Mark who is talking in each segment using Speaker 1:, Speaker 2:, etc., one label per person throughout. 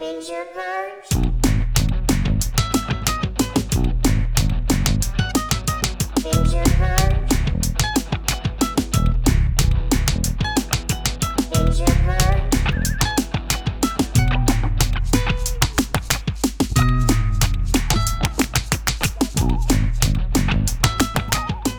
Speaker 1: Ranger Bird. Ranger Bird. Ranger Bird.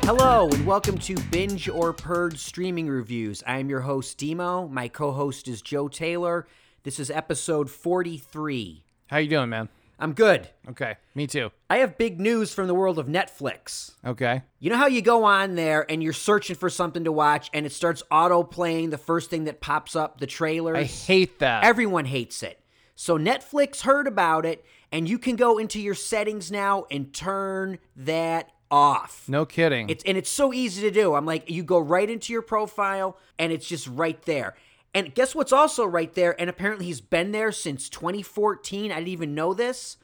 Speaker 2: Hello, and welcome to Binge or Purge Streaming Reviews. I am your host, Demo. My co host is Joe Taylor. This is episode 43.
Speaker 3: How you doing, man?
Speaker 2: I'm good.
Speaker 3: Okay, me too.
Speaker 2: I have big news from the world of Netflix.
Speaker 3: Okay.
Speaker 2: You know how you go on there and you're searching for something to watch and it starts auto playing the first thing that pops up, the trailers?
Speaker 3: I hate that.
Speaker 2: Everyone hates it. So Netflix heard about it and you can go into your settings now and turn that off.
Speaker 3: no kidding.
Speaker 2: It's and it's so easy to do. I'm like, you go right into your profile and it's just right there. And guess what's also right there? And apparently he's been there since 2014. I didn't even know this.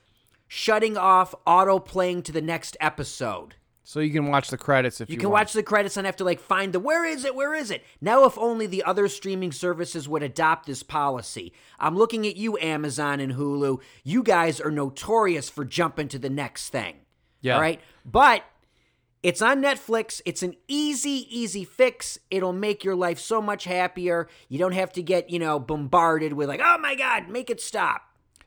Speaker 2: Shutting off auto playing to the next episode.
Speaker 3: so you can watch the credits if you,
Speaker 2: You can
Speaker 3: want.
Speaker 2: watch the credits and have to like find the where is it? Where is it? Now, if only the other streaming services would adopt this policy. I'm looking at you, Amazon and Hulu. You guys are notorious for jumping to the next thing.
Speaker 3: Yeah.
Speaker 2: All right. But it's on Netflix. It's an easy, easy fix. It'll make your life so much happier. You don't have to get, you know, bombarded with like, oh my God, make it stop.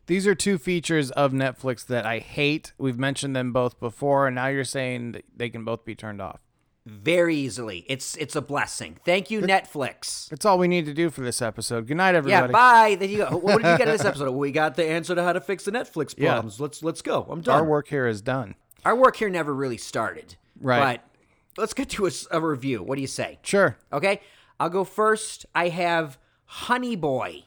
Speaker 3: These are two features of Netflix that I hate. We've mentioned them both before, and now you're saying that they can both be turned off.
Speaker 2: Very easily. It's it's a blessing. Thank you, Netflix.
Speaker 3: That's all we need to do for this episode. Good night,
Speaker 2: Yeah,
Speaker 3: everybody.
Speaker 2: bye. Then you go. What did you get out of this episode? We got the answer to how to fix the Netflix
Speaker 3: Yeah.
Speaker 2: problems. Let's let's go. I'm done.
Speaker 3: Our work here is done.
Speaker 2: Our work here never really started.
Speaker 3: Right.
Speaker 2: But let's get to a, s- a review. What do you say?
Speaker 3: Sure.
Speaker 2: Okay. I'll go first. I have Honey Boy,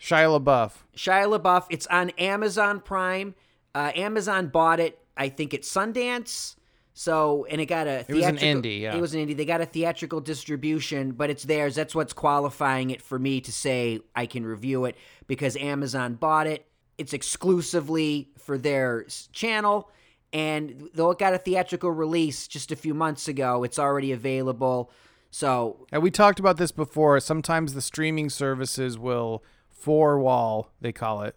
Speaker 3: Shia LaBeouf.
Speaker 2: Shia LaBeouf. It's on Amazon Prime. Uh, Amazon bought it. I think it's Sundance. So and it got a.
Speaker 3: was an
Speaker 2: theatrical-
Speaker 3: indie, yeah.
Speaker 2: It was an indie. They got a theatrical distribution, but it's theirs. That's what's qualifying it for me to say I can review it because Amazon bought it. It's exclusively for their s- channel. And though it got a theatrical release just a few months ago, it's already available. So
Speaker 3: And we talked about this before. Sometimes the streaming services will four wall, they call it,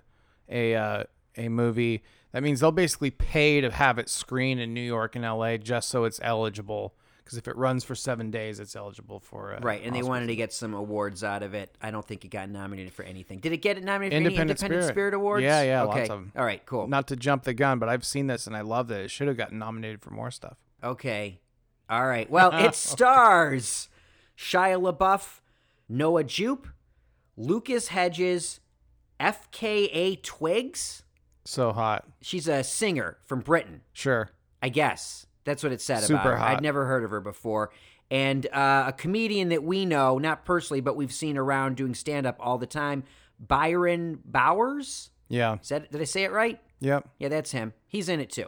Speaker 3: a uh, a movie. That means they'll basically pay to have it screen in New York and LA just so it's eligible. Because if it runs for seven days, it's eligible for uh,
Speaker 2: Right, and they
Speaker 3: Oscar.
Speaker 2: wanted to get some awards out of it. I don't think it got nominated for anything. Did it get nominated for any
Speaker 3: Independent
Speaker 2: Independent Spirit,
Speaker 3: Spirit.
Speaker 2: Awards?
Speaker 3: Yeah, yeah,
Speaker 2: okay.
Speaker 3: lots of 'em.
Speaker 2: All right, cool.
Speaker 3: Not to jump the gun, but I've seen this and I love that it. It should have gotten nominated for more stuff.
Speaker 2: Okay, all right. Well, it stars Shia LaBeouf, Noah Jupe, Lucas Hedges, FKA Twigs.
Speaker 3: So hot.
Speaker 2: She's a singer from Britain,
Speaker 3: Sure.
Speaker 2: I guess. That's what it said about
Speaker 3: Super
Speaker 2: her. I'd
Speaker 3: hot.
Speaker 2: never heard of her before. And uh, a comedian that we know, not personally, but we've seen around doing stand up all the time, Byron Bowers.
Speaker 3: Yeah.
Speaker 2: Is that, did I say it right?
Speaker 3: Yep.
Speaker 2: Yeah, that's him. He's in it too.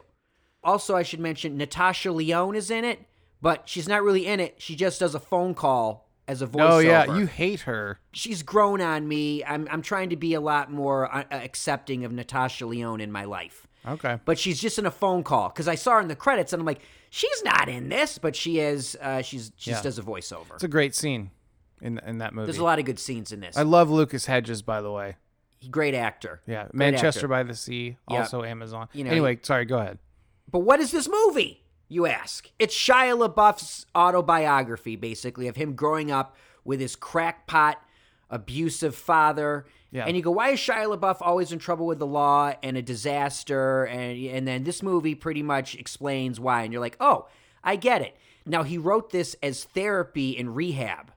Speaker 2: Also, I should mention Natasha Leone is in it, but she's not really in it. She just does a phone call as a voiceover.
Speaker 3: Oh yeah. You hate her.
Speaker 2: She's grown on me. I'm, I'm trying to be a lot more uh, accepting of Natasha Leone in my life.
Speaker 3: Okay.
Speaker 2: But she's just in a phone call because I saw her in the credits and I'm like, she's not in this, but she is. Uh, she's she just
Speaker 3: Yeah.
Speaker 2: does a voiceover.
Speaker 3: It's a great scene in in that movie.
Speaker 2: There's a lot of good scenes in this.
Speaker 3: I love Lucas Hedges, by the way.
Speaker 2: Great actor.
Speaker 3: Yeah,
Speaker 2: Great
Speaker 3: Manchester
Speaker 2: actor.
Speaker 3: by the Sea,
Speaker 2: Yeah.
Speaker 3: also Amazon.
Speaker 2: You know,
Speaker 3: anyway, sorry, go ahead.
Speaker 2: But what is this movie, you ask? It's Shia LaBeouf's autobiography, basically, of him growing up with his crackpot, abusive father.
Speaker 3: Yeah.
Speaker 2: And you go, why is Shia LaBeouf always in trouble with the law and a disaster? And and then this movie pretty much explains why. And you're like, oh, I get it. Now he wrote this as therapy and rehab.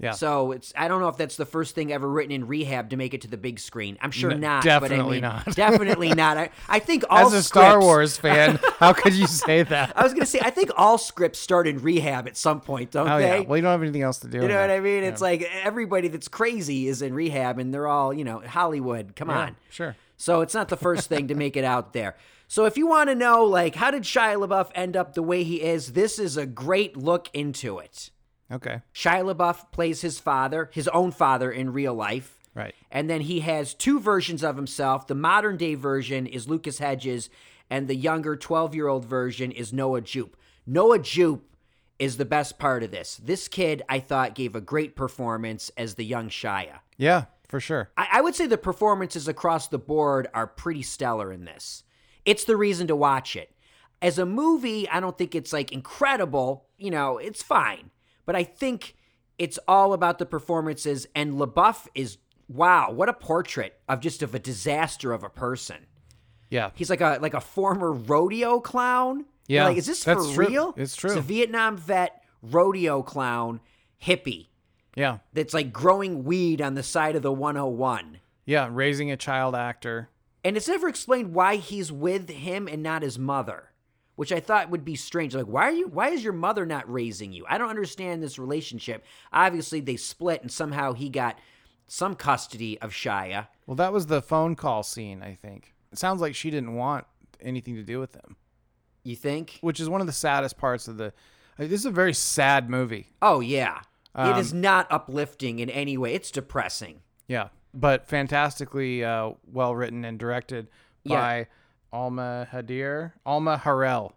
Speaker 3: Yeah.
Speaker 2: So it's I don't know if that's the first thing ever written in rehab to make it to the big screen. I'm sure
Speaker 3: No,
Speaker 2: not. but I
Speaker 3: definitely
Speaker 2: mean,
Speaker 3: not.
Speaker 2: definitely not. I, I think all
Speaker 3: As a Star
Speaker 2: scripts-
Speaker 3: Wars fan, how could you say that?
Speaker 2: I was gonna say, I think all scripts start in rehab at some point, don't
Speaker 3: Oh
Speaker 2: they?
Speaker 3: yeah. Well, you don't have anything else to do.
Speaker 2: you know
Speaker 3: in
Speaker 2: what
Speaker 3: that.
Speaker 2: I mean? It's like everybody that's crazy is in rehab, and they're all, you know, Hollywood. Come on.
Speaker 3: Sure.
Speaker 2: So it's not the first thing to make it out there. So if you want to know, like, how did Shia LaBeouf end up the way he is, this is a great look into it.
Speaker 3: Okay.
Speaker 2: Shia LaBeouf plays his father, his own father in real life.
Speaker 3: Right.
Speaker 2: And then he has two versions of himself. The modern day version is Lucas Hedges, and the younger 12 year old version is Noah Jupe. Noah Jupe is the best part of this. This kid, I thought, gave a great performance as the young Shia.
Speaker 3: Yeah. for sure.
Speaker 2: I, I would say the performances across the board are pretty stellar in this. It's the reason to watch it. As a movie, I don't think it's like incredible. You know, it's fine. But I think it's all about the performances. And LaBeouf is wow, what a portrait of just of a disaster of a person.
Speaker 3: Yeah.
Speaker 2: He's like a like a former rodeo clown. You're
Speaker 3: Yeah,
Speaker 2: like is this
Speaker 3: that's
Speaker 2: for
Speaker 3: true.
Speaker 2: real?
Speaker 3: It's
Speaker 2: It's
Speaker 3: true.
Speaker 2: a Vietnam vet, rodeo clown, hippie
Speaker 3: Yeah.
Speaker 2: that's like growing weed on the side of the 101.
Speaker 3: Yeah. Raising a child actor.
Speaker 2: And it's never explained why he's with him and not his mother, which I thought would be strange. Like, why are you? Why is your mother not raising you? I don't understand this relationship. Obviously, they split, and somehow he got some custody of Shia.
Speaker 3: Well, that was the phone call scene, I think. It sounds like she didn't want anything to do with him,
Speaker 2: You think?
Speaker 3: which is one of the saddest parts of the. I mean, this is a very sad movie.
Speaker 2: Oh yeah, it
Speaker 3: Um,
Speaker 2: is not uplifting in any way. It's depressing.
Speaker 3: Yeah. But fantastically uh, well written and directed
Speaker 2: Yeah.
Speaker 3: by Alma Hadir. Alma Harrell.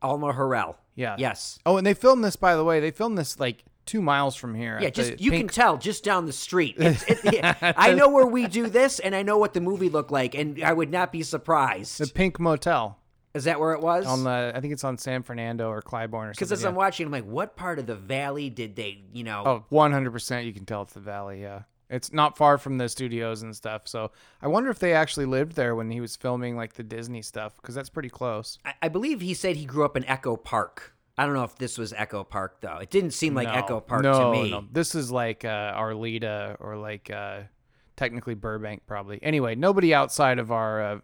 Speaker 2: Alma Harrell.
Speaker 3: Yeah.
Speaker 2: Yes.
Speaker 3: Oh, and they filmed this, by the way. They filmed this like two miles from here.
Speaker 2: Yeah,
Speaker 3: at the
Speaker 2: just you
Speaker 3: Pink-
Speaker 2: can tell just down the street. It's, it, yeah, I know where we do this, and I know what the movie looked like, and I would not be surprised.
Speaker 3: the Pink Motel.
Speaker 2: Is that where it was?
Speaker 3: On the, I think it's on San Fernando or Clybourne or something.
Speaker 2: Because as
Speaker 3: yeah.
Speaker 2: I'm watching, I'm like, what part of the valley did they, you know?
Speaker 3: Oh, 100%. You can tell it's the valley. Yeah. It's not far from the studios and stuff. So I wonder if they actually lived there when he was filming like the Disney stuff because that's pretty close.
Speaker 2: I, I believe he said he grew up in Echo Park. I don't know if this was Echo Park though. It didn't seem like
Speaker 3: No.
Speaker 2: Echo Park
Speaker 3: No,
Speaker 2: to me.
Speaker 3: no. This is like uh, Arleta or like uh, technically Burbank, probably. Anyway, nobody outside of our uh,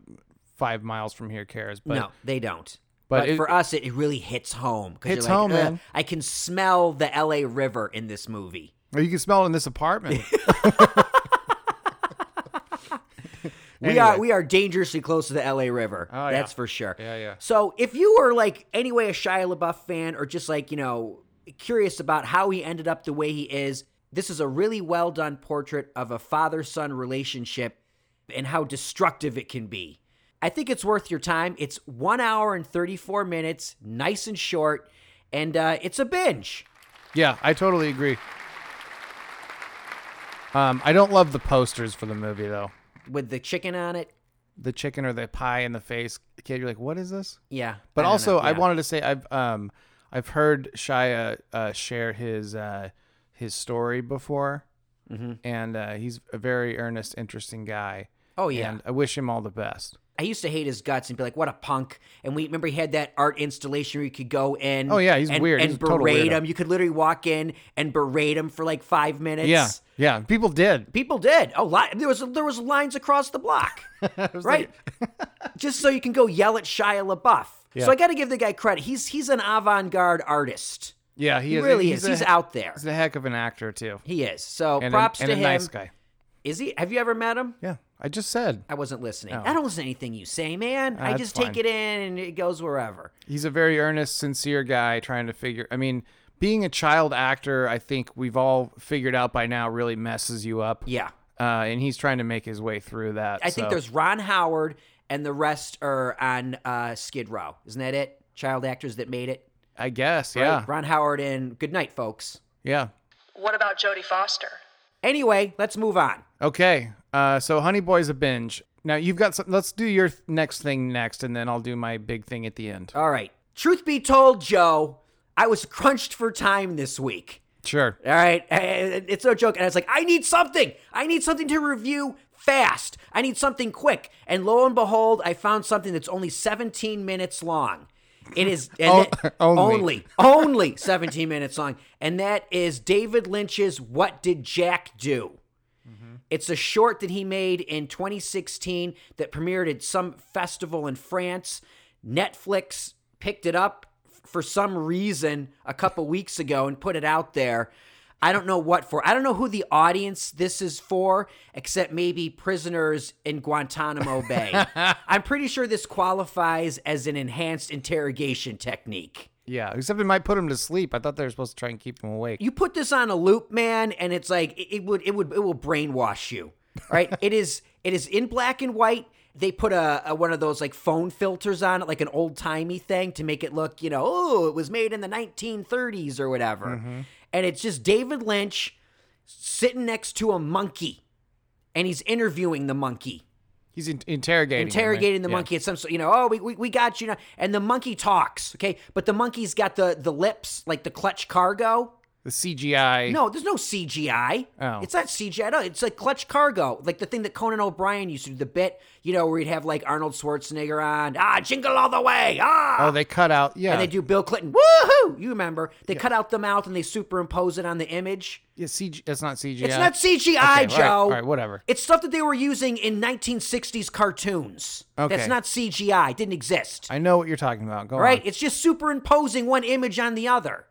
Speaker 3: five miles from here cares. But
Speaker 2: No, they don't.
Speaker 3: but
Speaker 2: But,
Speaker 3: it-
Speaker 2: for us, it, it really hits home. 'cause
Speaker 3: Hits
Speaker 2: you're like,
Speaker 3: home,
Speaker 2: "Ugh,
Speaker 3: man."
Speaker 2: I can smell the L.A. River in this movie.
Speaker 3: Or you can smell it in this apartment.
Speaker 2: We
Speaker 3: Anyway.
Speaker 2: are we are dangerously close to the L.A. River.
Speaker 3: Oh, yeah.
Speaker 2: That's for sure.
Speaker 3: Yeah, yeah.
Speaker 2: So if you were like anyway a Shia LaBeouf fan or just like you know curious about how he ended up the way he is, this is a really well done portrait of a father son relationship and how destructive it can be. I think it's worth your time. It's one hour and thirty four minutes, nice and short, and uh, it's a binge.
Speaker 3: yeah, I totally agree. Um, I don't love the posters for the movie though.
Speaker 2: with the chicken on it.
Speaker 3: The chicken or the pie in the face kid. You're like, what is this?
Speaker 2: Yeah.
Speaker 3: But
Speaker 2: don't know.
Speaker 3: also, I
Speaker 2: Yeah.
Speaker 3: wanted to say I've um I've heard Shia uh, share his uh, his story before,
Speaker 2: Mm-hmm.
Speaker 3: and uh, he's a very earnest, interesting guy.
Speaker 2: Oh yeah.
Speaker 3: And I wish him all the best.
Speaker 2: I used to hate his guts and be like, "What a punk!" And we remember he had that art installation where you could go in.
Speaker 3: Oh, yeah, he's
Speaker 2: and,
Speaker 3: weird.
Speaker 2: And
Speaker 3: He's a total
Speaker 2: berate
Speaker 3: weirdo.
Speaker 2: him. You could literally walk in and berate him for like five minutes.
Speaker 3: yeah, yeah. People did.
Speaker 2: people did. Oh, li- there was there was lines across the block, right? Just so you can go yell at Shia LaBeouf.
Speaker 3: Yeah.
Speaker 2: So I got to give the guy credit. He's he's an avant-garde artist.
Speaker 3: Yeah, he,
Speaker 2: He
Speaker 3: is,
Speaker 2: really is.
Speaker 3: a-
Speaker 2: He's out there.
Speaker 3: He's a heck of an actor too.
Speaker 2: He is. So
Speaker 3: And
Speaker 2: props
Speaker 3: a, and
Speaker 2: to
Speaker 3: a
Speaker 2: him.
Speaker 3: nice guy.
Speaker 2: Is he? Have you ever met him?
Speaker 3: Yeah, I just said
Speaker 2: I wasn't listening. I don't listen to anything you say, man. I
Speaker 3: that's
Speaker 2: just
Speaker 3: fine.
Speaker 2: take it in and it goes wherever.
Speaker 3: he's a very earnest, sincere guy trying to figure. I mean, being a child actor, I think we've all figured out by now, really messes you up.
Speaker 2: Yeah.
Speaker 3: Uh, and he's trying to make his way through that.
Speaker 2: I think
Speaker 3: so-
Speaker 2: there's Ron Howard and the rest are on uh, Skid Row. Isn't that it? Child actors that made it.
Speaker 3: I guess,
Speaker 2: right?
Speaker 3: yeah,
Speaker 2: Ron Howard and Good Night, folks.
Speaker 3: yeah.
Speaker 4: What about Jodie Foster?
Speaker 2: Anyway, let's move on.
Speaker 3: Okay, uh, so Honey Boy's a binge. Now you've got some. Let's do your th- next thing next, and then I'll do my big thing at the end.
Speaker 2: All right. Truth be told, Joe, I was crunched for time this week.
Speaker 3: Sure.
Speaker 2: All right. Uh, It's no joke. And I was like, I need something. I need something to review fast. I need something quick. And lo and behold, I found something that's only 17 minutes long. It is and
Speaker 3: O-
Speaker 2: that-
Speaker 3: only.
Speaker 2: only, only 17 minutes long. And that is David Lynch's What Did Jack Do? It's a short that he made in 2016 that premiered at some festival in France. Netflix picked it up f- for some reason a couple weeks ago and put it out there. I don't know what for. I don't know who the audience this is for, except maybe prisoners in Guantanamo Bay. I'm pretty sure this qualifies as an enhanced interrogation technique.
Speaker 3: Yeah. Except it might put him to sleep. I thought they were supposed to try and keep him awake.
Speaker 2: You put this on a loop, man, and it's like it, it would it would it will brainwash you. all Right? it is it is in black and white. They put a, a one of those like phone filters on it, like an old timey thing, to make it look, you know, oh, it was made in the 1930s or whatever. And it's just David Lynch sitting next to a monkey and he's interviewing the monkey,
Speaker 3: He's in- interrogating. him, right?
Speaker 2: interrogating the
Speaker 3: Yeah.
Speaker 2: monkey at some sort. You know, oh, we, we, we got you now, and the monkey talks. Okay, but the monkey's got the the lips like the clutch cargo.
Speaker 3: The CGI.
Speaker 2: No, there's no CGI.
Speaker 3: Oh.
Speaker 2: It's not CGI. No, it's like clutch cargo, like the thing that Conan O'Brien used to do, the bit, you know, where he'd have like Arnold Schwarzenegger on, ah, jingle all the way, ah.
Speaker 3: Oh, they cut out. Yeah.
Speaker 2: and they do Bill Clinton, woohoo! You remember. They cut out the mouth and they superimpose it on the image.
Speaker 3: Yeah, CG. That's not CGI.
Speaker 2: It's not CGI,
Speaker 3: Okay, all right,
Speaker 2: Joe.
Speaker 3: all right, whatever.
Speaker 2: It's stuff that they were using in 1960s cartoons.
Speaker 3: Okay.
Speaker 2: That's not CGI. It didn't exist.
Speaker 3: I know what you're talking about. Go
Speaker 2: right?
Speaker 3: on.
Speaker 2: It's just superimposing one image on the other.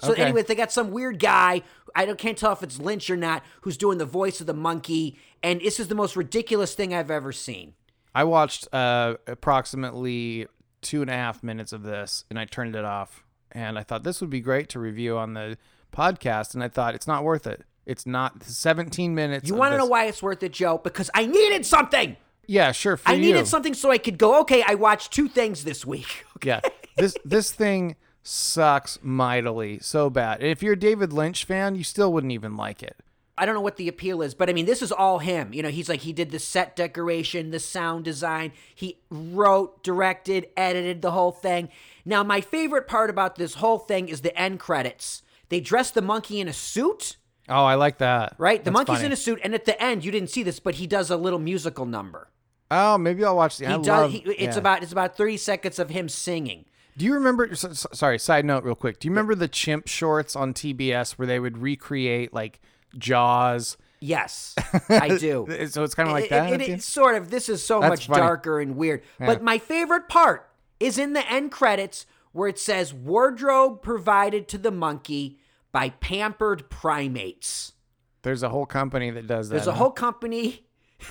Speaker 2: So
Speaker 3: Okay.
Speaker 2: anyway, they got some weird guy. I don't, can't tell if it's Lynch or not, who's doing the voice of the monkey, and this is the most ridiculous thing I've ever seen.
Speaker 3: I watched uh, approximately two and a half minutes of this, and I turned it off. And I thought this would be great to review on the podcast, and I thought it's not worth it. It's not 17 minutes.
Speaker 2: You
Speaker 3: of
Speaker 2: want to know
Speaker 3: this-
Speaker 2: why it's worth it, Joe? Because I needed something.
Speaker 3: Yeah, sure. For
Speaker 2: I
Speaker 3: you.
Speaker 2: needed something so I could go. Okay, I watched two things this week.
Speaker 3: Yeah. This this thing sucks mightily, so bad. And if you're a David Lynch fan, you still wouldn't even like it.
Speaker 2: I don't know what the appeal is, but I mean, this is all him. You know, he's like, he did the set decoration, the sound design. He wrote, directed, edited the whole thing. Now, my favorite part about this whole thing is the end credits. They dress the monkey in a suit,
Speaker 3: Oh, I like that.
Speaker 2: right? The
Speaker 3: That's
Speaker 2: monkey's
Speaker 3: funny.
Speaker 2: in a suit, and at the end, you didn't see this, but he does a little musical number.
Speaker 3: Oh, maybe I'll watch the.
Speaker 2: He
Speaker 3: I
Speaker 2: does.
Speaker 3: love-
Speaker 2: he, it's
Speaker 3: yeah.
Speaker 2: about it's about thirty seconds of him singing.
Speaker 3: Do you remember? s- s- Sorry, side note, real quick. Do you remember the chimp shorts on TBS where they would recreate like Jaws?
Speaker 2: Yes, I do.
Speaker 3: So it's kind of like
Speaker 2: it,
Speaker 3: that.
Speaker 2: it-
Speaker 3: at the
Speaker 2: it's
Speaker 3: end?
Speaker 2: sort of. This is so
Speaker 3: That's
Speaker 2: much
Speaker 3: funny.
Speaker 2: darker and weird. But my favorite part is in the end credits where it says wardrobe provided to the monkey by pampered primates.
Speaker 3: There's a whole company that does that.
Speaker 2: There's a
Speaker 3: huh?
Speaker 2: whole company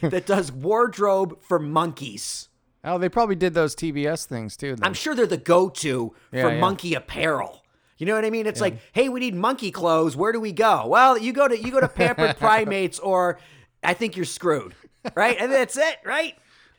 Speaker 2: that does wardrobe for monkeys.
Speaker 3: Oh, they probably did those TBS things too. Then.
Speaker 2: I'm sure they're the go-to
Speaker 3: Yeah,
Speaker 2: for
Speaker 3: yeah.
Speaker 2: monkey apparel. You know what I mean? It's like, hey, we need monkey clothes. Where do we go? Well, you go to you go to pampered primates, or I think you're screwed, right? And that's it, right?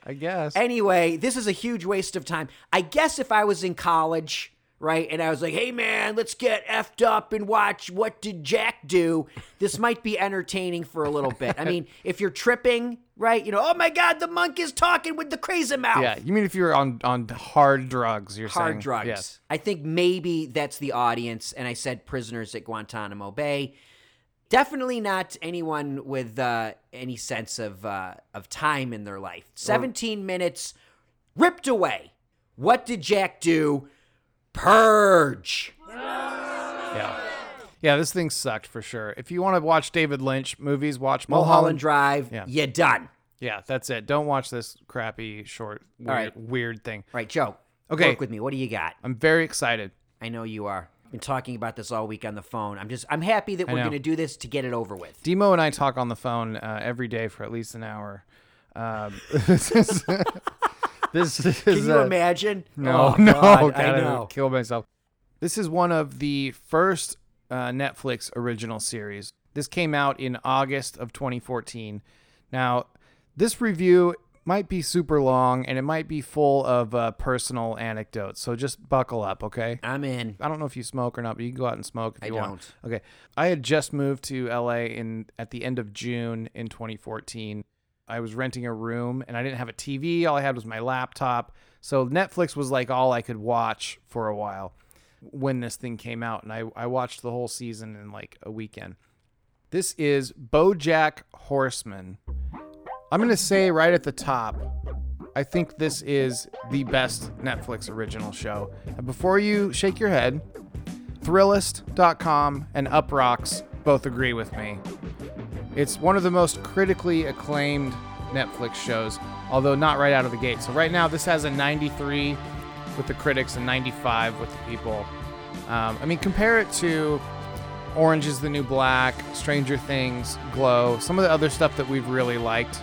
Speaker 3: I guess.
Speaker 2: Anyway, this is a huge waste of time. I guess if I was in college, right, and I was like, hey man, let's get effed up and watch what did Jack do, this might be entertaining for a little bit. I mean, if you're tripping, right, you know, oh my God, the monk is talking with the crazy mouth.
Speaker 3: yeah, you mean if you were on on hard drugs? You're
Speaker 2: Hard
Speaker 3: saying
Speaker 2: drugs.
Speaker 3: Yes.
Speaker 2: I think maybe that's the audience. And I said prisoners at Guantanamo Bay. Definitely not anyone with uh, any sense of uh, of time in their life. Seventeen minutes ripped away. What did Jack do? Purge.
Speaker 3: Yeah. Yeah, this thing sucked for sure. If you want to watch David Lynch movies, watch Mulholland,
Speaker 2: Mulholland Drive.
Speaker 3: Yeah.
Speaker 2: You done.
Speaker 3: Yeah, that's it. Don't watch this crappy short weird,
Speaker 2: right.
Speaker 3: weird thing.
Speaker 2: All right, Joe.
Speaker 3: Okay.
Speaker 2: Work with me. What do you got?
Speaker 3: I'm very excited.
Speaker 2: I know you are. I've been talking about this all week on the phone. I'm just I'm happy that we're
Speaker 3: know.
Speaker 2: gonna do this to get it over with.
Speaker 3: Demo and I talk on the phone uh, every day for at least an hour. Um, this is this is
Speaker 2: Can you
Speaker 3: uh,
Speaker 2: imagine? Oh,
Speaker 3: no no
Speaker 2: God,
Speaker 3: God,
Speaker 2: I
Speaker 3: would
Speaker 2: know.
Speaker 3: kill myself. This is one of the first uh, Netflix original series. This came out in August of 2014. Now, this review might be super long and it might be full of uh, personal anecdotes. So just buckle up, okay?
Speaker 2: I'm in.
Speaker 3: I don't know if you smoke or not, but you can go out and smoke if
Speaker 2: I
Speaker 3: you want.
Speaker 2: don't.
Speaker 3: Okay. I had just moved to LA in at the end of June in 2014. I was renting a room and I didn't have a TV. All I had was my laptop. So Netflix was like all I could watch for a while when this thing came out. And I, I watched the whole season in like a weekend. This is Bojack Horseman. I'm going to say right at the top, I think this is the best Netflix original show. And before you shake your head, Thrillist.com and Uprocks both agree with me. It's one of the most critically acclaimed Netflix shows, although not right out of the gate. So right now, this has a 93 with the critics and 95 with the people. Um, I mean, compare it to Orange is the New Black, Stranger Things, Glow, some of the other stuff that we've really liked.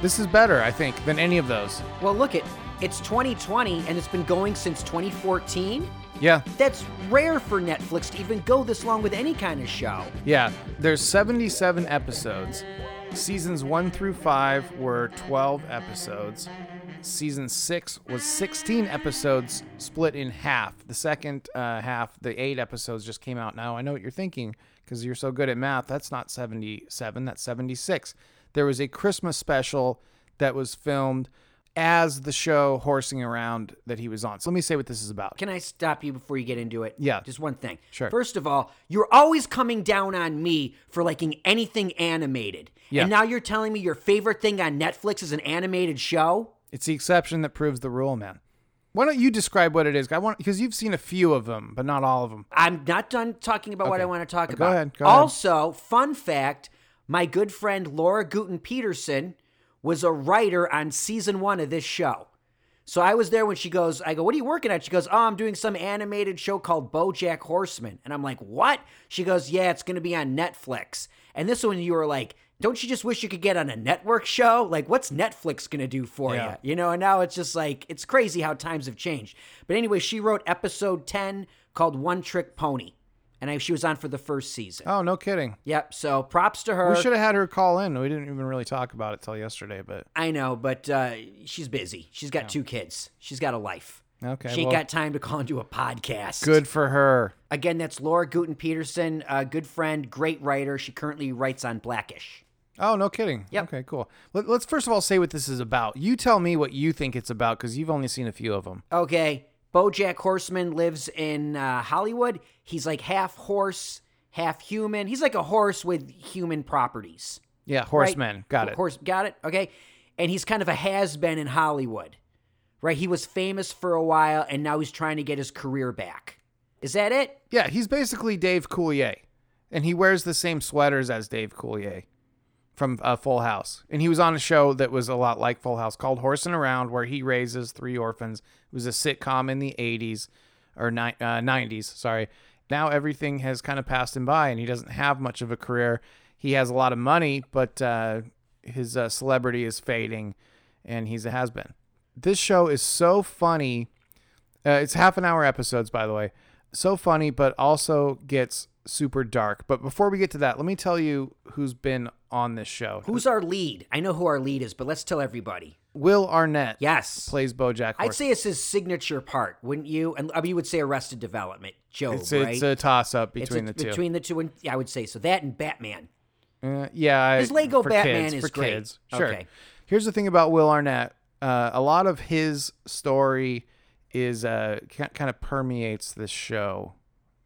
Speaker 3: This is better, I think, than any of those.
Speaker 2: Well, look at it's 2020 and it's been going since 2014.
Speaker 3: Yeah,
Speaker 2: That's rare for Netflix to even go this long with any kind of show.
Speaker 3: Yeah, there's 77 episodes. Seasons 1 through 5 were 12 episodes. Season six was 16 episodes split in half. The second uh, half, the eight episodes, just came out. Now I know what you're thinking because you're so good at math. That's not 77, that's 76. There was a Christmas special that was filmed as the show Horsing Around that he was on. So let me say what this is about.
Speaker 2: Can I stop you before you get into it?
Speaker 3: Yeah.
Speaker 2: Just one thing.
Speaker 3: Sure.
Speaker 2: First of all, you're always coming down on me for liking anything animated.
Speaker 3: Yeah.
Speaker 2: And now you're telling me your favorite thing on Netflix is an animated show?
Speaker 3: It's the exception that proves the rule, man. Why don't you describe what it is? I want because you've seen a few of them, but not all of them.
Speaker 2: I'm not done talking about what I want to talk
Speaker 3: Go
Speaker 2: about.
Speaker 3: ahead, go ahead.
Speaker 2: also, fun fact my good friend Laura Guten Peterson was a writer on season one of this show. So I was there when she goes, I go, what are you working on? She goes, oh, I'm doing some animated show called Bojack Horseman. And I'm like, what? She goes, yeah, it's going to be on Netflix. And this one, you were like, don't you just wish you could get on a network show? Like, what's Netflix going to do for
Speaker 3: Yeah.
Speaker 2: you? You know, and now it's just like, it's crazy how times have changed. But anyway, she wrote episode 10 called One Trick Pony. And I, she was on for the first season.
Speaker 3: Oh, no kidding.
Speaker 2: Yep. So props to her.
Speaker 3: We should have had her call in. We didn't even really talk about it till yesterday, but
Speaker 2: I know, but uh, she's busy. She's got two kids, she's got a life.
Speaker 3: okay.
Speaker 2: she ain't
Speaker 3: well,
Speaker 2: got time to call into a podcast.
Speaker 3: good for her.
Speaker 2: Again, that's Laura Guten Peterson, a good friend, great writer. She currently writes on Blackish.
Speaker 3: Oh, no kidding.
Speaker 2: Yep.
Speaker 3: Okay, cool. Let, let's first of all say what this is about. You tell me what you think it's about because you've only seen a few of them.
Speaker 2: Okay, Bojack Horseman lives in uh, Hollywood. He's like half horse, half human. He's like a horse with human properties.
Speaker 3: Yeah,
Speaker 2: right?
Speaker 3: horsemen. Got it.
Speaker 2: Horse, got it. Okay, and he's kind of a has been in Hollywood, right? He was famous for a while, and now he's trying to get his career back. Is that it?
Speaker 3: Yeah, he's basically Dave Coulier, and he wears the same sweaters as Dave Coulier from uh, Full House. And he was on a show that was a lot like Full House called Horsin' Around, where he raises three orphans. It was a sitcom in the 80s or ni- uh, 90s, sorry. Now everything has kind of passed him by, and he doesn't have much of a career. He has a lot of money, but uh, his uh, celebrity is fading, and he's a has been. This show is so funny. Uh, it's half an hour episodes, by the way. So funny, but also gets super dark. But before we get to that, let me tell you who's been on this show.
Speaker 2: Who's our lead? I know who our lead is, but let's tell everybody.
Speaker 3: Will Arnett
Speaker 2: Yes.
Speaker 3: plays BoJack
Speaker 2: I'd
Speaker 3: Horseman.
Speaker 2: say it's his signature part, wouldn't you? And I mean, you would say Arrested Development, Job,
Speaker 3: It's,
Speaker 2: right?
Speaker 3: it's a toss up
Speaker 2: It's
Speaker 3: between
Speaker 2: a-
Speaker 3: the two.
Speaker 2: Between the two, and yeah, I would say so. That and Batman.
Speaker 3: Uh, yeah, I-
Speaker 2: His Lego
Speaker 3: for
Speaker 2: Batman
Speaker 3: kids,
Speaker 2: is
Speaker 3: for
Speaker 2: great.
Speaker 3: kids. Sure.
Speaker 2: Okay.
Speaker 3: Here's the thing about Will Arnett. Uh, a lot of his story is uh, kind of permeates this show.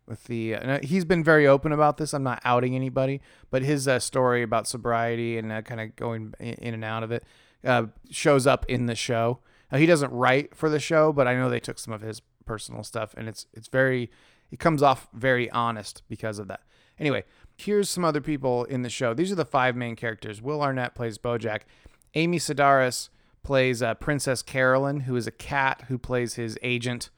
Speaker 3: With the, and uh, he's been very open about this. I'm not outing anybody, but his uh, story about sobriety and uh, kind of going in- in and out of it uh, shows up in the show. Now, he doesn't write for the show, but I know they took some of his personal stuff, and it's it's very it comes off very honest because of that. Anyway, here's some other people in the show. These are the five main characters. Will Arnett plays BoJack. Amy Sedaris plays uh, Princess Carolyn, who is a cat who plays his agent.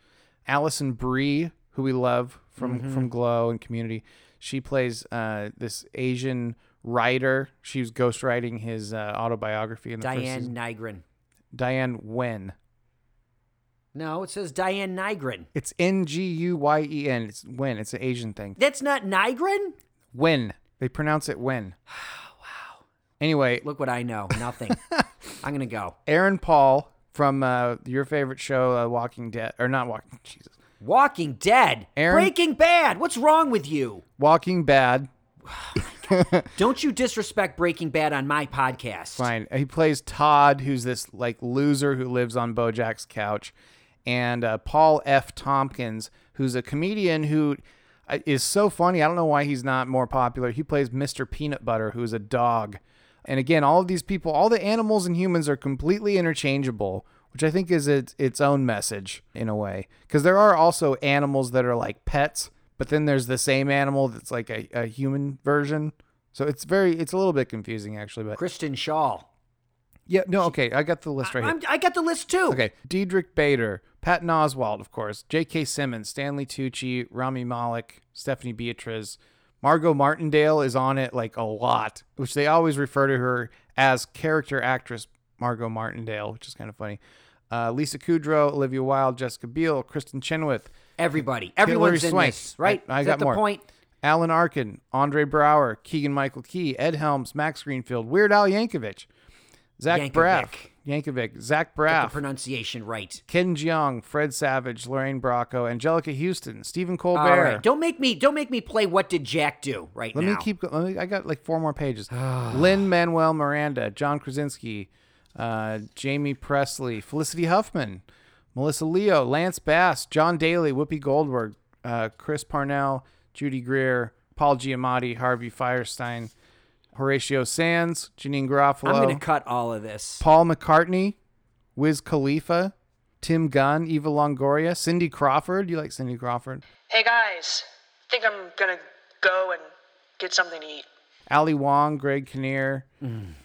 Speaker 3: Allison Brie, who we love from from Glow and Community, she plays uh, this Asian writer. She was ghostwriting his uh, autobiography in the first
Speaker 2: Diane
Speaker 3: season.
Speaker 2: Nigren.
Speaker 3: Diane Wen.
Speaker 2: No, it says Diane Nigren.
Speaker 3: It's N G U Y E N. It's Wen. It's an Asian thing.
Speaker 2: That's not Nigren?
Speaker 3: Wen. They pronounce it Wen. wow. Anyway,
Speaker 2: Look what I know. Nothing. I'm going to go.
Speaker 3: Aaron Paul from uh, your favorite show, uh, Walking Dead, or not Walking Jesus,
Speaker 2: Walking Dead.
Speaker 3: Aaron-
Speaker 2: Breaking Bad. What's wrong with you?
Speaker 3: Walking Bad.
Speaker 2: Don't you disrespect Breaking Bad on my podcast.
Speaker 3: Fine. He plays Todd, who's this like loser who lives on Bojack's couch, and uh, Paul F. Tompkins, who's a comedian who uh, is so funny. I don't know why he's not more popular. He plays Mr. Peanut Butter, who is a dog. And again, all of these people, all the animals and humans are completely interchangeable, which I think is its, its own message in a way. Because there are also animals that are like pets, but then there's the same animal that's like a, a human version. So it's very, it's a little bit confusing actually, but
Speaker 2: Kristen Shaw.
Speaker 3: yeah, no, okay. I got the list right
Speaker 2: I'm,
Speaker 3: here.
Speaker 2: I got the list too.
Speaker 3: Okay. Diedrich Bader, Patton Oswald, of course, J.K. Simmons, Stanley Tucci, Rami Malek, Stephanie Beatriz. Margot Martindale is on it like a lot, which they always refer to her as character actress Margot Martindale, which is kind of funny. Uh, Lisa Kudrow, Olivia Wilde, Jessica Biel, Kristen Chenoweth,
Speaker 2: Everybody. Everyone's in
Speaker 3: Swank.
Speaker 2: this, right?
Speaker 3: I- I
Speaker 2: Is
Speaker 3: got
Speaker 2: that the
Speaker 3: more.
Speaker 2: point?
Speaker 3: Alan Arkin, Andre Brower, Keegan Michael Key, Ed Helms, Max Greenfield, Weird Al Yankovic, Zach
Speaker 2: Yankovic.
Speaker 3: Braff, Yankovic, Zach
Speaker 2: The
Speaker 3: Braff,
Speaker 2: pronunciation right.
Speaker 3: Ken Jeong, Fred Savage, Lorraine Bracco, Angelica Houston, Stephen Colbert.
Speaker 2: All right. Don't make me don't make me play what did Jack do right
Speaker 3: Let
Speaker 2: now.
Speaker 3: me keep. go- Let me, I got like four more pages. Lynn Manuel Miranda, John Krasinski, uh, Jamie Presley, Felicity Huffman, Melissa Leo, Lance Bass, John Daly, Whoopi Goldberg, uh, Chris Parnell, Judy Greer, Paul Giamatti, Harvey Firestein, Horatio Sands, Janine Garofalo,
Speaker 2: I'm gonna cut all of this.
Speaker 3: Paul McCartney, Wiz Khalifa, Tim Gunn, Eva Longoria, Cindy Crawford. You like Cindy Crawford?
Speaker 4: Hey guys, think I'm gonna go and get something to eat.
Speaker 3: Ali Wong, Greg Kinnear.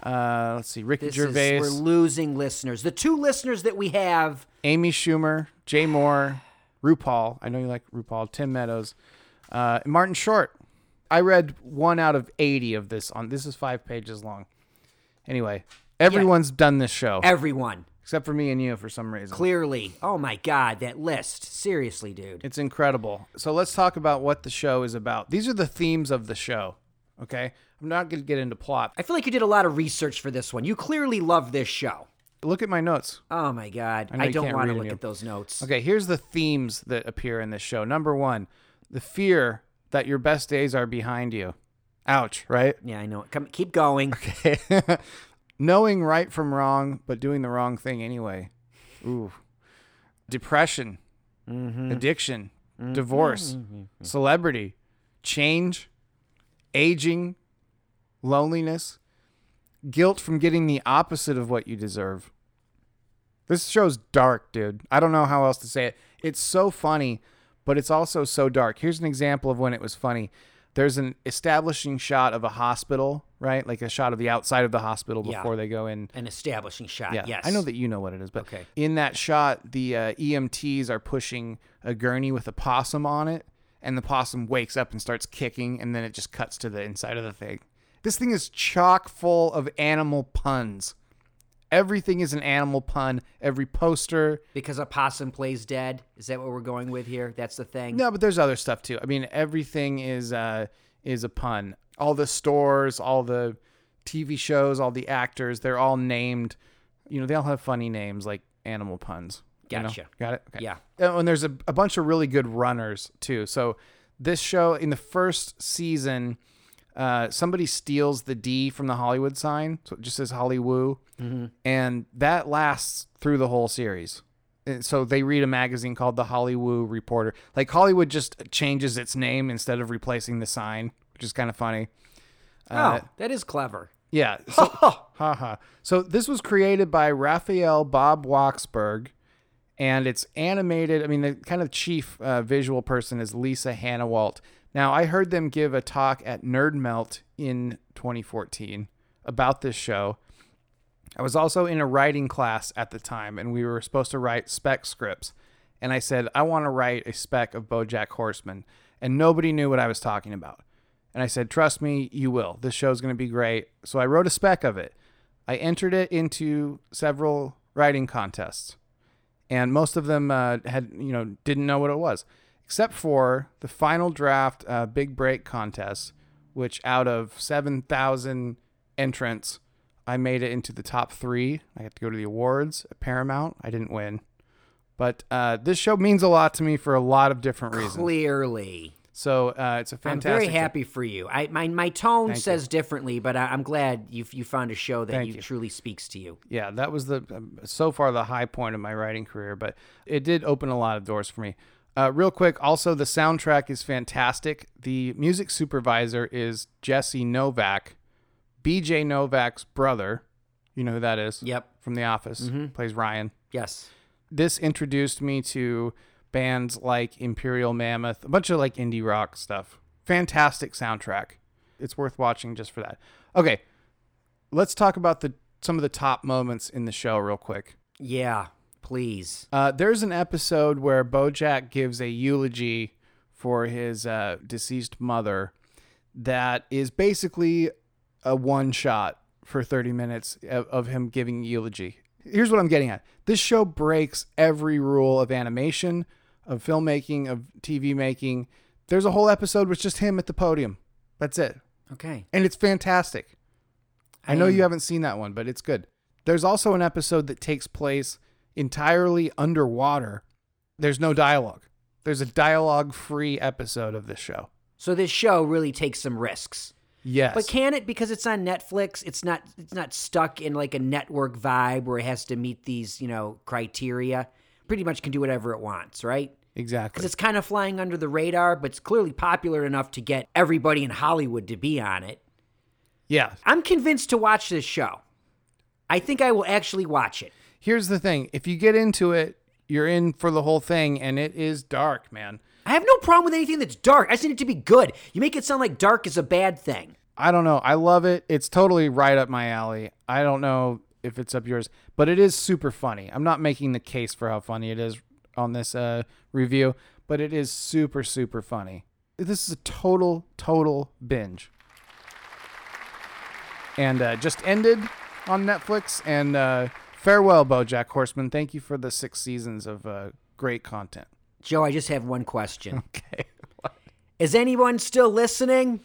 Speaker 3: Uh, let's see, Ricky
Speaker 2: Mm. This is,
Speaker 3: Gervais.
Speaker 2: we're losing listeners. The two listeners that we have,
Speaker 3: Amy Schumer, Jay Moore, RuPaul. I know you like RuPaul. Tim Meadows, uh, and Martin Short. I read one out of eighty of this. On this is five pages long. Anyway, everyone's done this show
Speaker 2: everyone
Speaker 3: except for me and you for some reason.
Speaker 2: clearly. Oh my god, that list. Seriously, dude.
Speaker 3: It's incredible. So let's talk about what the show is about. These are the themes of the show. Okay, I'm not going to get into plot.
Speaker 2: I feel like you did a lot of research for this one. You clearly love this show.
Speaker 3: Look at my notes.
Speaker 2: Oh my god,
Speaker 3: know
Speaker 2: I,
Speaker 3: you
Speaker 2: don't
Speaker 3: can't
Speaker 2: want
Speaker 3: read
Speaker 2: to
Speaker 3: any
Speaker 2: look
Speaker 3: of-
Speaker 2: at those notes.
Speaker 3: Okay, here's the themes that appear in this show. Number one, the fear that your best days are behind you. Ouch, right?
Speaker 2: Yeah, I know. Come, keep going.
Speaker 3: Knowing right from wrong, but doing the wrong thing anyway. Ooh. Depression, addiction, divorce, celebrity, change, aging, loneliness, guilt from getting the opposite of what you deserve. This show's dark, dude. I don't know how else to say it. It's so funny, but it's also so dark. Here's an example of when it was funny. There's an establishing shot of a hospital, right? Like a shot of the outside of the hospital
Speaker 2: Yeah.
Speaker 3: before they go in.
Speaker 2: An establishing shot.
Speaker 3: Yeah.
Speaker 2: Yes.
Speaker 3: I know that you know what it is, but
Speaker 2: Okay.
Speaker 3: in that shot, the uh, EMTs are pushing a gurney with a possum on it, and the possum wakes up and starts kicking, and then it just cuts to the inside of the thing. This thing is chock full of animal puns. Everything is an animal pun. Every poster,
Speaker 2: because a possum plays dead. Is that what we're going with here? That's the thing.
Speaker 3: No, but there's other stuff too. I mean, everything is uh, is a pun. All the stores, all the TV shows, all the actors, they're all named. You know, they all have funny names like animal puns. you know?
Speaker 2: Gotcha.
Speaker 3: Got it. Okay.
Speaker 2: Yeah.
Speaker 3: Oh, and there's a, a bunch of really good runners too. So this show in the first season, uh, somebody steals the D from the Hollywood sign, so it just says Hollywood, and that lasts through the whole series. And so they read a magazine called the Hollywood Reporter. Like Hollywood just changes its name instead of replacing the sign, which is kind of funny. Uh,
Speaker 2: Oh, that is clever.
Speaker 3: Yeah. So, haha. So this was created by Raphael Bob Waksberg, and it's animated. I mean, the kind of chief uh, visual person is Lisa Hannawalt. Now, I heard them give a talk at Nerd Melt in 2014 about this show. I was also in a writing class at the time, and we were supposed to write spec scripts. And I said, I want to write a spec of Bojack Horseman. And nobody knew what I was talking about. And I said, Trust me, you will. This show's going to be great. So I wrote a spec of it. I entered it into several writing contests, and most of them uh, had, you know, didn't know what it was, except for the final draft uh, big break contest, which out of 7,000 entrants, I made it into the top three. I got to go to the awards at Paramount. I didn't win. But uh, this show means a lot to me for a lot of different reasons.
Speaker 2: Clearly.
Speaker 3: So uh, it's a fantastic.
Speaker 2: I'm very happy for you. I my my tone
Speaker 3: Thank you.
Speaker 2: says differently, but I, I'm glad you you found a show that
Speaker 3: Thank
Speaker 2: you,
Speaker 3: you.
Speaker 2: truly speaks to you.
Speaker 3: yeah, that was the um, so far the high point of my writing career, but it did open a lot of doors for me. Uh, real quick, also the soundtrack is fantastic. The music supervisor is Jesse Novak, BJ Novak's brother. You know who that is?
Speaker 2: Yep.
Speaker 3: From The Office, plays Ryan
Speaker 2: Yes.
Speaker 3: this introduced me to bands like Imperial Mammoth, a bunch of like indie rock stuff. Fantastic soundtrack. It's worth watching just for that. Okay, let's talk about the some of the top moments in the show real quick.
Speaker 2: Yeah. Please.
Speaker 3: Uh, there's an episode where Bojack gives a eulogy for his uh, deceased mother that is basically a one shot for 30 minutes of, of him giving eulogy. Here's what I'm getting at this show breaks every rule of animation, of filmmaking, of TV making. There's a whole episode with just him at the podium. That's it.
Speaker 2: Okay.
Speaker 3: And it's fantastic. I
Speaker 2: I
Speaker 3: know
Speaker 2: am-
Speaker 3: you haven't seen that one, but it's good. There's also an episode that takes place entirely underwater. There's no dialogue. There's a dialogue free episode of this show.
Speaker 2: So this show really takes some risks.
Speaker 3: Yes.
Speaker 2: But can it because it's on Netflix? It's not. It's not stuck in like a network vibe where it has to meet these you know criteria. Pretty much can do whatever it wants, right? Because
Speaker 3: exactly.
Speaker 2: it's kind of flying under the radar, but it's clearly popular enough to get everybody in Hollywood to be on it.
Speaker 3: Yeah.
Speaker 2: I'm convinced to watch this show. I think I will actually watch it.
Speaker 3: Here's the thing if you get into it, you're in for the whole thing, and it is dark, man.
Speaker 2: I have no problem with anything that's dark. I just need it to be good. You make it sound like dark is a bad thing.
Speaker 3: I don't know. I love it. It's totally right up my alley. I don't know if it's up yours, but it is super funny. I'm not making the case for how funny it is on this uh, review, but it is super, super funny. This is a total, total binge. And uh, just ended on Netflix. And uh, farewell, Bojack Horseman. Thank you for the six seasons of uh, great content.
Speaker 2: Joe, I just have one question.
Speaker 3: Okay.
Speaker 2: Is anyone still listening?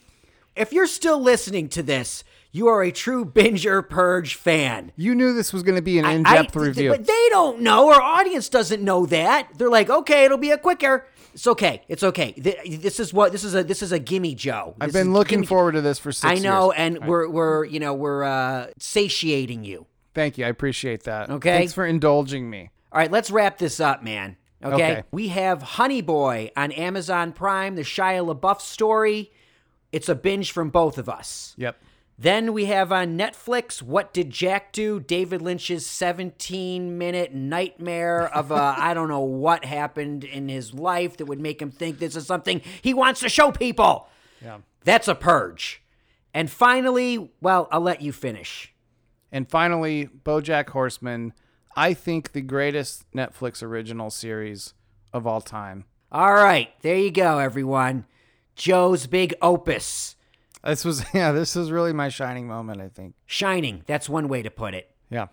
Speaker 2: If you're still listening to this, you are a true Binger Purge fan.
Speaker 3: You knew this was going to be an
Speaker 2: I-
Speaker 3: in depth
Speaker 2: I-
Speaker 3: review.
Speaker 2: But they don't know. Our audience doesn't know that. They're like, okay, it'll be a quicker. It's okay. It's okay. Th- This is what this is a this is a gimme, Joe.
Speaker 3: I've
Speaker 2: This
Speaker 3: been
Speaker 2: is
Speaker 3: looking
Speaker 2: gimme-
Speaker 3: forward to this for six
Speaker 2: I
Speaker 3: years.
Speaker 2: know, and we're we're you know we're uh, satiating you.
Speaker 3: Thank you. I appreciate that.
Speaker 2: Okay.
Speaker 3: Thanks for indulging me.
Speaker 2: All right, let's wrap this up, man. Okay?
Speaker 3: Okay.
Speaker 2: We have Honey Boy on Amazon Prime, the Shia LaBeouf story. It's a binge from both of us.
Speaker 3: Yep.
Speaker 2: Then we have on Netflix, What Did Jack Do? David Lynch's 17 minute nightmare of a, I don't know what happened in his life that would make him think this is something he wants to show people.
Speaker 3: Yeah.
Speaker 2: That's a purge. And finally, well, I'll let you finish.
Speaker 3: And finally, BoJack Horseman. I think the greatest Netflix original series of all time.
Speaker 2: All right, there you go, everyone. Joe's big opus.
Speaker 3: This was yeah. This was really my shining moment. I think.
Speaker 2: Shining, that's one way to put it.
Speaker 3: Yeah.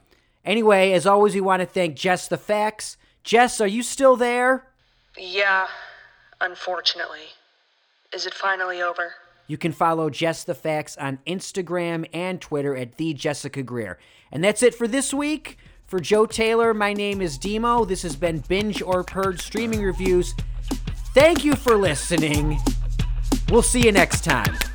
Speaker 2: Anyway, as always, we want to thank Jess the Facts. Jess, are you still there?
Speaker 4: Yeah, unfortunately. Is it finally over?
Speaker 2: You can follow Jess the Facts on Instagram and Twitter at the Jessica Greer. And that's it for this week. For Joe Taylor, my name is Demo. This has been Binge or Purge Streaming Reviews. Thank you for listening. We'll see you next time.